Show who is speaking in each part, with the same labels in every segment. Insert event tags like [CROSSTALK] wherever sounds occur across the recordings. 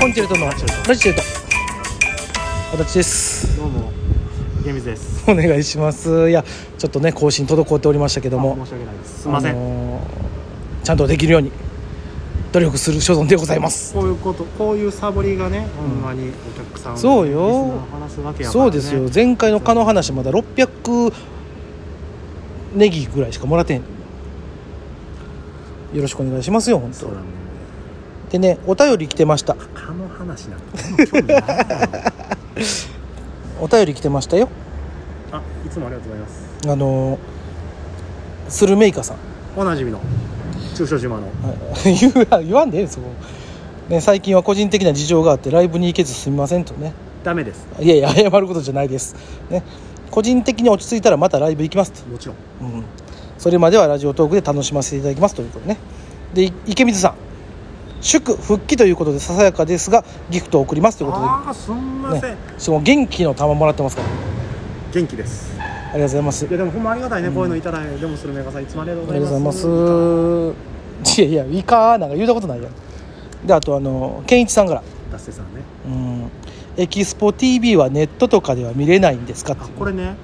Speaker 1: コンチェルトの
Speaker 2: コンチェル
Speaker 1: ラジチェルト私です
Speaker 2: どうもゲ水です
Speaker 1: お願いしますいやちょっとね更新滞っておりましたけど
Speaker 2: あ
Speaker 1: も
Speaker 2: 申し訳ないですすいません、
Speaker 1: あのーちゃんとできるように努力する所存でございます
Speaker 2: こういうことこういうサボりがねほんまにお客さんを
Speaker 1: そうよ
Speaker 2: リスナーを話すわけやか
Speaker 1: そ
Speaker 2: ら、ね、
Speaker 1: うですよ前回の蚊の話まだ600ネギぐらいしかもらってへんよろしくお願いしますよ本
Speaker 2: そうだね
Speaker 1: 当でねお便り来てました
Speaker 2: 蚊の話なんてそんな興味ない [LAUGHS] だろ
Speaker 1: お便り来てましたよ
Speaker 2: あいつもありがとうございます
Speaker 1: あのースルメイカさん
Speaker 2: おなじみの中小島の
Speaker 1: はい言う言わんでええよそこ、ね、最近は個人的な事情があってライブに行けずすみませんとね
Speaker 2: ダメです
Speaker 1: いやいや謝ることじゃないです、ね、個人的に落ち着いたらまたライブ行きますと、
Speaker 2: もちろん
Speaker 1: うん、それまではラジオトークで楽しませていただきますということねでい池水さん祝復帰ということでささやかですがギフトを送りますということ
Speaker 2: ああすんませ
Speaker 1: で、
Speaker 2: ん、
Speaker 1: ね、しかも元気の玉もらってますから
Speaker 2: 元気です
Speaker 1: ありがとうございます
Speaker 2: いやでもほんまありがたいね、こういうのいただいてでもするメガさんいつもありがとう
Speaker 1: あ
Speaker 2: ご
Speaker 1: り
Speaker 2: ざい
Speaker 1: がとう
Speaker 2: ま
Speaker 1: ご
Speaker 2: す
Speaker 1: ざいますいやいや「いか」なんか言うたことないやんであとあの健一さんから
Speaker 2: ダッセさんね
Speaker 1: うん、エキスポ TV はネットとかでは見れないんですかって
Speaker 2: あ
Speaker 1: いう
Speaker 2: これね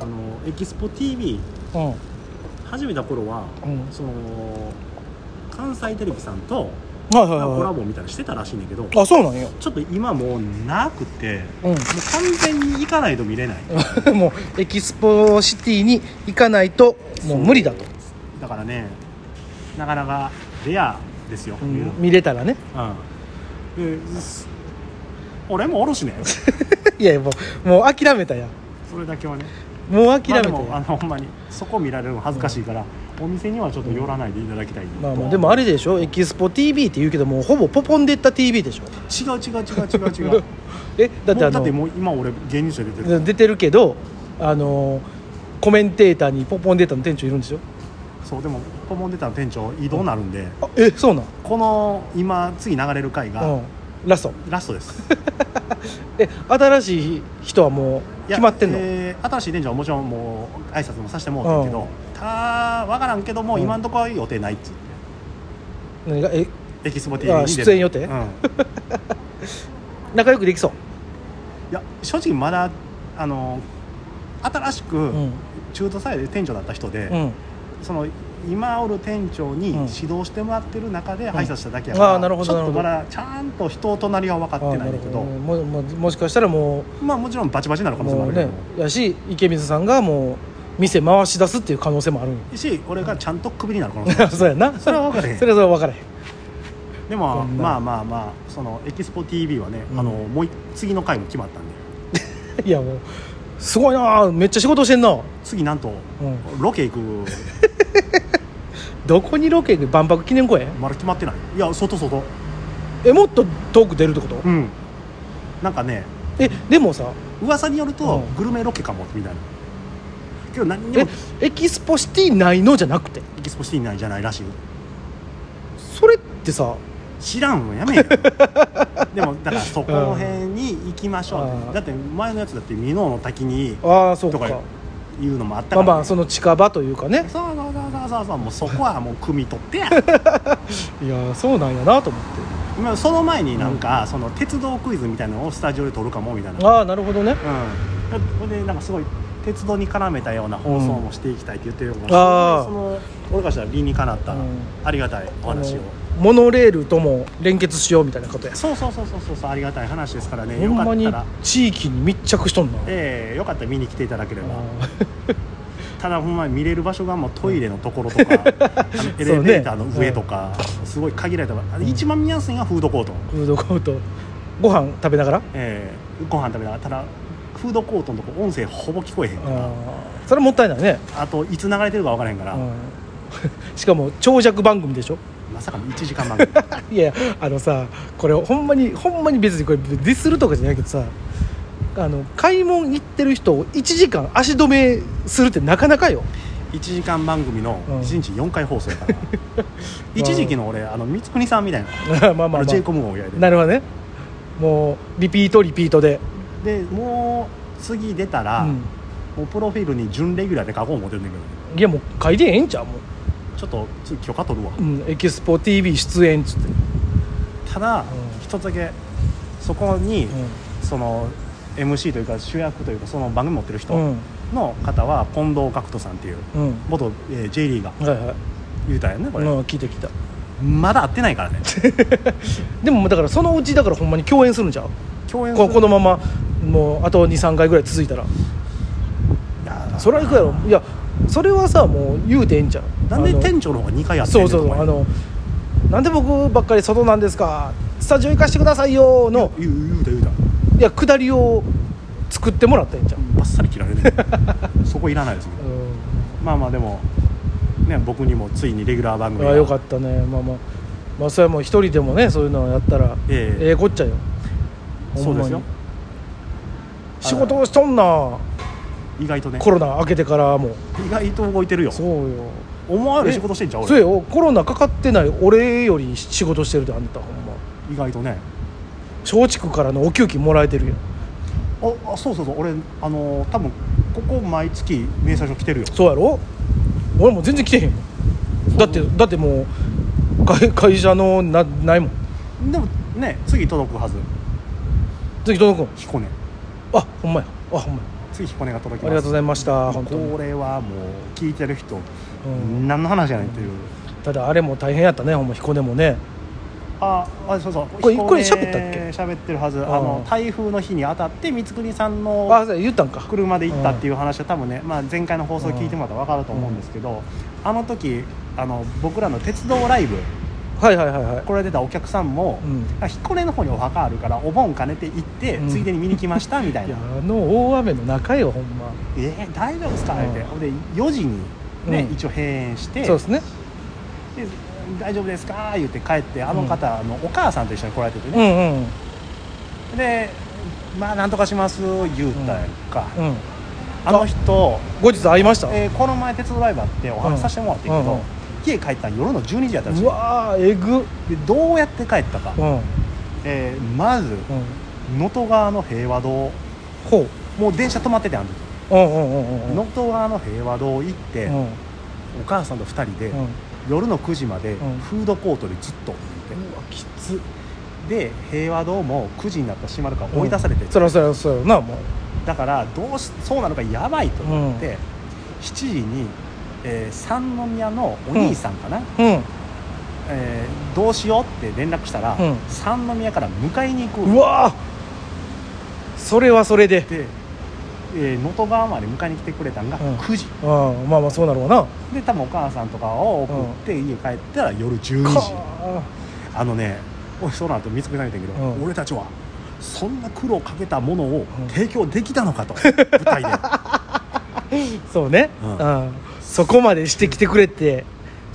Speaker 2: あのエキスポ TV
Speaker 1: うん
Speaker 2: 始めた頃は
Speaker 1: うん
Speaker 2: その関西テレビさんと
Speaker 1: はいはい
Speaker 2: なんかコラ
Speaker 1: は
Speaker 2: ボみたいなのしてたらしいねんだけど
Speaker 1: いあそうなんよ
Speaker 2: ちょっと今もうなくて
Speaker 1: う
Speaker 2: もう完全に行かないと見れない
Speaker 1: ん [LAUGHS] もうエキスポシティに行かないともう無理だと、
Speaker 2: だからねなかなかレアですよ、
Speaker 1: う
Speaker 2: 見るの
Speaker 1: ん見れたらね [LAUGHS]
Speaker 2: うんです俺もお
Speaker 1: [LAUGHS]
Speaker 2: るしね
Speaker 1: いやいやもうもう諦めたやん
Speaker 2: それだけはね
Speaker 1: もう諦
Speaker 2: まあ
Speaker 1: め
Speaker 2: で
Speaker 1: たやん
Speaker 2: もあのほんまにそこ見られるの恥ずかしいから、お店にはちょっと寄らないでいただきたい、
Speaker 1: まあまあでもあれでしょエキスポ TV って言うけどもうほぼポポンでった TV でしょ
Speaker 2: 違う違う違う違う違う
Speaker 1: え [LAUGHS] だって
Speaker 2: も
Speaker 1: あ
Speaker 2: うだって
Speaker 1: の
Speaker 2: もう今俺芸人賞出てる
Speaker 1: 出てるけどあのコメンテーターにポポンデータの店長いるんですよ
Speaker 2: そうでもポモン出たの店長移動になるんで、
Speaker 1: あえそうなん、
Speaker 2: この今次流れる回が、
Speaker 1: うん、ラスト
Speaker 2: ラストです
Speaker 1: [LAUGHS] え新しい人はもう
Speaker 2: いや
Speaker 1: 決まってんの、
Speaker 2: えー新しい店長はもちろんもう挨拶もさせてもらってんけど、た分からんけども、
Speaker 1: うん
Speaker 2: 今んとこは予定ないっつって
Speaker 1: 何がえ
Speaker 2: エキスポ TV に出る
Speaker 1: あ出演予定
Speaker 2: うん、い
Speaker 1: 仲良くできそう、
Speaker 2: や正直まだあの新しく
Speaker 1: うん
Speaker 2: 中途採用で店長だった人で、
Speaker 1: うん、
Speaker 2: その今おる店長に
Speaker 1: うん
Speaker 2: 指導してもらってる中で挨拶しただけや
Speaker 1: あ
Speaker 2: か
Speaker 1: ーなる
Speaker 2: ら、
Speaker 1: ほど
Speaker 2: ちょ
Speaker 1: な
Speaker 2: っ
Speaker 1: るほど
Speaker 2: とまだちゃんと人となりは分かってないんだけ
Speaker 1: あ
Speaker 2: ど
Speaker 1: ーなるほもももしかしたらも
Speaker 2: まあもちろんバチバチになる
Speaker 1: う
Speaker 2: 可能性もあ
Speaker 1: もう
Speaker 2: るけど
Speaker 1: ねやし池水さんがもう店回し出すっていう可能性もあるんよ [LAUGHS]
Speaker 2: し俺がちゃんとクビになる可能性もある
Speaker 1: そうやな
Speaker 2: それは分かれへ
Speaker 1: [LAUGHS]
Speaker 2: ん
Speaker 1: それはそれは分からへん
Speaker 2: で
Speaker 1: そ
Speaker 2: も
Speaker 1: んな
Speaker 2: まあまあまあそのエキスポ TV はね、
Speaker 1: うん
Speaker 2: あのもうい次の回も決まったんで
Speaker 1: いやもうすごいなあめっちゃ仕事してんな、うん、
Speaker 2: 次なんとロケ行く
Speaker 1: どこにロケ行く万博記念公園
Speaker 2: まだ決まってないいや外外
Speaker 1: えもっと遠く出るってこと
Speaker 2: うんなんかね
Speaker 1: えでもさ
Speaker 2: 噂によると、
Speaker 1: うん
Speaker 2: グルメロケかもみたいなけど何に
Speaker 1: え
Speaker 2: も
Speaker 1: エキスポシティないのじゃなくて
Speaker 2: エキスポ TV ないじゃないらしい
Speaker 1: それってさ
Speaker 2: 知らんの
Speaker 1: [LAUGHS]
Speaker 2: やめえよでもだからそこの辺に行きましょうって、
Speaker 1: うん
Speaker 2: だって前のやつだって箕面の滝に
Speaker 1: ああそうか
Speaker 2: とかいうのもあった
Speaker 1: ま
Speaker 2: か
Speaker 1: あ
Speaker 2: ら、
Speaker 1: まあその近場というかね
Speaker 2: そうそうそうそうそうもうそこはもう汲み
Speaker 1: [LAUGHS]
Speaker 2: 取ってや
Speaker 1: いやそうなんやなと思って
Speaker 2: まあその前になんか、その鉄道クイズみたいなのをスタジオで撮るかもみたいな
Speaker 1: ああなるほどね
Speaker 2: うんそれでなんかすごい鉄道に絡めたような放送もしていきたいって言ってるから、
Speaker 1: あー
Speaker 2: その俺からしたら理にかなった
Speaker 1: うん
Speaker 2: ありがたいお話
Speaker 1: あ
Speaker 2: を、
Speaker 1: のモノレールとも連結しようみたいなことや
Speaker 2: そうそうそうそうそうそうありがたい話ですからね
Speaker 1: ほ
Speaker 2: よ
Speaker 1: ん
Speaker 2: か
Speaker 1: ま
Speaker 2: っ
Speaker 1: に
Speaker 2: たら
Speaker 1: 地域に密着しとんな
Speaker 2: ええよかったら見に来ていただければ
Speaker 1: あ
Speaker 2: ただほんまに見れる場所がもうトイレのとこ
Speaker 1: [LAUGHS]
Speaker 2: ろとか、あのエレベーターの上とか、すごい限られた場合あの
Speaker 1: うん
Speaker 2: 一番見やすいのがフードコート、
Speaker 1: ーフードコートご飯食べながら
Speaker 2: ええご飯食べながらただフードコートのとこ音声ほぼ聞こえへんから
Speaker 1: あーそれはもったいないね、
Speaker 2: あといつ流れてるか分からへんから、
Speaker 1: うん [LAUGHS] しかも長尺番組でしょ [LAUGHS]
Speaker 2: まさかの1時間番組
Speaker 1: いやいやあのさこれほんまにほんまに別にこれディスるとかじゃないけどさあの買い物行ってる人を1時間足止めするってなかなかよ [LAUGHS]
Speaker 2: 1時間番組の
Speaker 1: うん
Speaker 2: 1日4回放送やから、一時期の俺あの光國さんみたいな、
Speaker 1: まあまあま
Speaker 2: あ
Speaker 1: あ
Speaker 2: の J コムをやりで
Speaker 1: なるほどねもうリピートリピートで、
Speaker 2: でもう次出たら、
Speaker 1: うん、
Speaker 2: もうプロフィールに準レギュラーで書こう思ってるんだけど
Speaker 1: いやもう書いてええんちゃうもう
Speaker 2: ちょっと次許可取るわ
Speaker 1: うん、エキスポ TV 出演っつって
Speaker 2: ただ、
Speaker 1: ん
Speaker 2: 一つだけそこに、
Speaker 1: う
Speaker 2: その MC というか主役というかその番組持ってる人
Speaker 1: んうん
Speaker 2: の方は近藤角人さんっていう
Speaker 1: うん
Speaker 2: 元、えー J リーガー
Speaker 1: はいはい
Speaker 2: 言うたんやねこれ、
Speaker 1: うん聞いてきた
Speaker 2: まだ会ってないからね
Speaker 1: でもだからそのうちだからほんまに共演するんじゃう
Speaker 2: 共演す
Speaker 1: こ
Speaker 2: る
Speaker 1: このままもうあと23回ぐらい続いたら
Speaker 2: いやー
Speaker 1: それはいくやろいやそれはさもう言うてええんじゃん
Speaker 2: なんで
Speaker 1: あの
Speaker 2: 店長の方が2回やってん
Speaker 1: そ
Speaker 2: ね
Speaker 1: うんそうそう
Speaker 2: と
Speaker 1: あ
Speaker 2: 思
Speaker 1: のなんで僕ばっかり外なんですかスタジオ行かしてくださいよの
Speaker 2: 言う言うた言うた
Speaker 1: いや下りを作ってもらったんじゃん、
Speaker 2: バッサリ切られるねそこいらないですねまあまあでもね僕にもついにレギュラー番
Speaker 1: う
Speaker 2: 組
Speaker 1: ん、
Speaker 2: が
Speaker 1: あよかったねまあまあまあそれはもう一人でもねそういうのをやったら
Speaker 2: ええ
Speaker 1: ええこっちゃよ
Speaker 2: そ
Speaker 1: ほ
Speaker 2: うんで
Speaker 1: ます
Speaker 2: よ
Speaker 1: に仕事をしとんな
Speaker 2: 意外とね
Speaker 1: コロナ明けてからも
Speaker 2: 意外と動いてるよ
Speaker 1: そうよ
Speaker 2: 思わぬ仕事してんちゃう
Speaker 1: そ
Speaker 2: 俺
Speaker 1: うよコロナかかってない俺より仕事してるであんたほんま
Speaker 2: 意外とね
Speaker 1: 松竹からのお給金もらえてるよ
Speaker 2: ああそうそうそう俺あのー多分ここ毎月明細書来てるよ
Speaker 1: そうやろ俺もう全然来てへんよだってだってもう会会社のなないもん
Speaker 2: でもね次届くはず
Speaker 1: 次届くん
Speaker 2: 彦根
Speaker 1: あほんまやあほんまや
Speaker 2: 次彦根が届き
Speaker 1: あ
Speaker 2: ます
Speaker 1: りがとうございました
Speaker 2: もう
Speaker 1: 本当に
Speaker 2: これはもう聞いてる人、
Speaker 1: うん
Speaker 2: 何の話やねんっていう
Speaker 1: ただあれも大変やったねほんま彦根もね
Speaker 2: ああそうそう
Speaker 1: これ
Speaker 2: 彦
Speaker 1: こ
Speaker 2: 根
Speaker 1: れ喋ったっけ
Speaker 2: 喋ってるはず
Speaker 1: ん
Speaker 2: あの台風の日に当たって光国さん
Speaker 1: あ
Speaker 2: の
Speaker 1: そうや言ったんか
Speaker 2: 車で行ったっていう話は多分ね、まあ、前回の放送聞いてもらったら分かると思うんですけどあの時あの僕らの鉄道ライブ
Speaker 1: はいはいはいはい
Speaker 2: 来られてたお客さんも、
Speaker 1: うん
Speaker 2: 彦根の方にお墓あるからお盆兼ねて行って、
Speaker 1: うん
Speaker 2: ついでに見に来ましたみた
Speaker 1: [LAUGHS]
Speaker 2: い
Speaker 1: いや
Speaker 2: な
Speaker 1: あの大雨の中よほんま
Speaker 2: 「えー、大丈夫ですか?」って、
Speaker 1: うん
Speaker 2: ほんで4時に、ね
Speaker 1: うん
Speaker 2: 一応閉園して
Speaker 1: そうですね
Speaker 2: で大丈夫ですか?」言って帰ってあの方のお母さんと一緒に来られてて
Speaker 1: う
Speaker 2: ね、
Speaker 1: んうん
Speaker 2: で「まあなんとかします」言うたやんか、
Speaker 1: うん
Speaker 2: あの人、
Speaker 1: 後日会いました
Speaker 2: えーこの前鉄道ライブあってお話しさせてもらってん
Speaker 1: う
Speaker 2: けど、
Speaker 1: んうん
Speaker 2: 家帰ったん夜の12時やったんです
Speaker 1: う
Speaker 2: よ
Speaker 1: わーえぐ
Speaker 2: でどうやって帰ったか、
Speaker 1: うんうん
Speaker 2: えーまず能登川の平和堂
Speaker 1: ほ
Speaker 2: もう電車止まっててあの時
Speaker 1: ううんうんうんうんうん
Speaker 2: 能登川の平和堂行って、
Speaker 1: うん
Speaker 2: お母さんと2人で、
Speaker 1: うんう
Speaker 2: 夜の9時まで
Speaker 1: うん
Speaker 2: フードコートでずっとって
Speaker 1: わきつ
Speaker 2: で平和堂も9時になったら閉まるから追い出されて、
Speaker 1: そらそらそらなもう
Speaker 2: だからどうしそうなのかやばいと思って、7時に、えー三宮のお兄さんかな、
Speaker 1: うん
Speaker 2: えーどうしようって連絡したら、
Speaker 1: うん
Speaker 2: 三宮から迎えに行く
Speaker 1: うわーそれはそれで
Speaker 2: でえー能登、川まで迎えに来てくれたんが
Speaker 1: うん
Speaker 2: 9時、
Speaker 1: うんまあまあそうなるわな
Speaker 2: で多分お母さんとかを送って家帰ったら夜12時、
Speaker 1: か
Speaker 2: あのねおいそうなんて見つけられてんけど、
Speaker 1: うん
Speaker 2: 俺たちはそんな苦労をかけたものを
Speaker 1: うん
Speaker 2: 提供できたのかと、
Speaker 1: [LAUGHS]
Speaker 2: 舞台で
Speaker 1: そうね
Speaker 2: う
Speaker 1: うんんそこまでしてきてくれて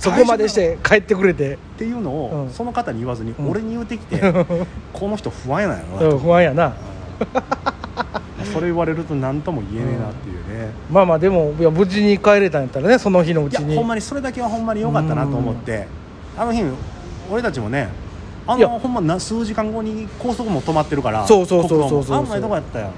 Speaker 1: そこまでして帰ってくれて
Speaker 2: っていうのを、
Speaker 1: うん
Speaker 2: その方に言わずに
Speaker 1: ん
Speaker 2: 俺に言うてき
Speaker 1: [LAUGHS]
Speaker 2: て、
Speaker 1: う
Speaker 2: この人不安やなんやろなと、
Speaker 1: ん不安やな
Speaker 2: それ言われると何とも言えねえなっていうね、
Speaker 1: まあまあでもいや無事に帰れたんやったらねその日のうち
Speaker 2: い
Speaker 1: に
Speaker 2: やほんまにそれだけはほんまに良かったなと思って、あの日俺たちもねあ
Speaker 1: いや
Speaker 2: のほんまな数時間後に高速も止まってるから
Speaker 1: そうそうそうそうそう
Speaker 2: 国道もあんまりとこやったよ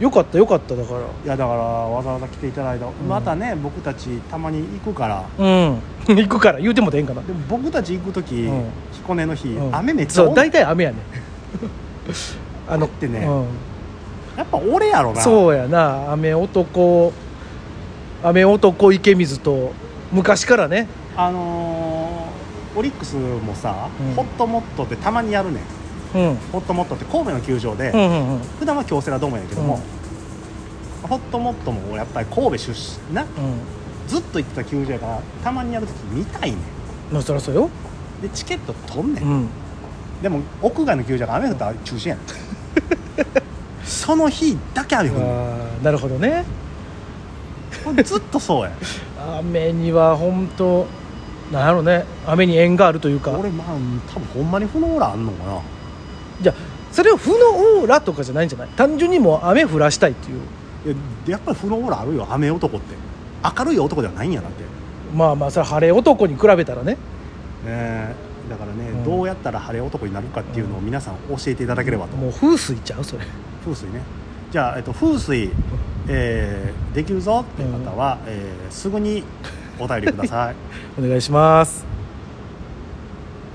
Speaker 1: よかったよかっただから
Speaker 2: いやだからわざわざ来ていただいた、またね僕たちたまに行くから
Speaker 1: うん行くから言うてもてええんかな
Speaker 2: でも僕たち行く時、
Speaker 1: うん
Speaker 2: 彦根の日、
Speaker 1: うん
Speaker 2: 雨めっちゃ
Speaker 1: そう
Speaker 2: 多い
Speaker 1: 大体雨やねあの
Speaker 2: ってね
Speaker 1: う
Speaker 2: やっぱ俺やろ
Speaker 1: ん、
Speaker 2: な
Speaker 1: そうやな雨男雨男池水と昔からね
Speaker 2: あのーオリックスもさ、
Speaker 1: うん
Speaker 2: ホットモットってたまにやるねん
Speaker 1: うんうん
Speaker 2: ホットモットって神戸の球場で、
Speaker 1: うんうん
Speaker 2: 普段は京セラドームやけども、ホットモットもやっぱり神戸出身な
Speaker 1: うん
Speaker 2: ずっと行ってた球場やからたまにやるとき見たいねん
Speaker 1: まあそりゃそうよ、
Speaker 2: でチケット取んねん、
Speaker 1: うん、
Speaker 2: でも屋外の球場が雨降ったら中
Speaker 1: [LAUGHS]
Speaker 2: 止やねんその日だけ雨降るね
Speaker 1: あーなるほどね
Speaker 2: んこれずっとそうやん
Speaker 1: 雨には本当なんやろね雨に縁があるというか
Speaker 2: 俺まあ多分ほんまにフローラあんのかな
Speaker 1: じゃあそれを負のオーラとかじゃないんじゃない単純にもう雨降らしたいっていう
Speaker 2: いややっぱりフローラあるよ雨男って明るい男ではないんやなって、
Speaker 1: まあまあそれは晴れ男に比べたらね
Speaker 2: えーだからね、
Speaker 1: うん
Speaker 2: どうやったら晴れ男になるかっていうのを皆さん教えていただければと、
Speaker 1: もう風水ちゃうそれ
Speaker 2: 風水ねじゃあ、えっと、風水、えーできるぞっていう方は、えーすぐにお便りください
Speaker 1: お願いします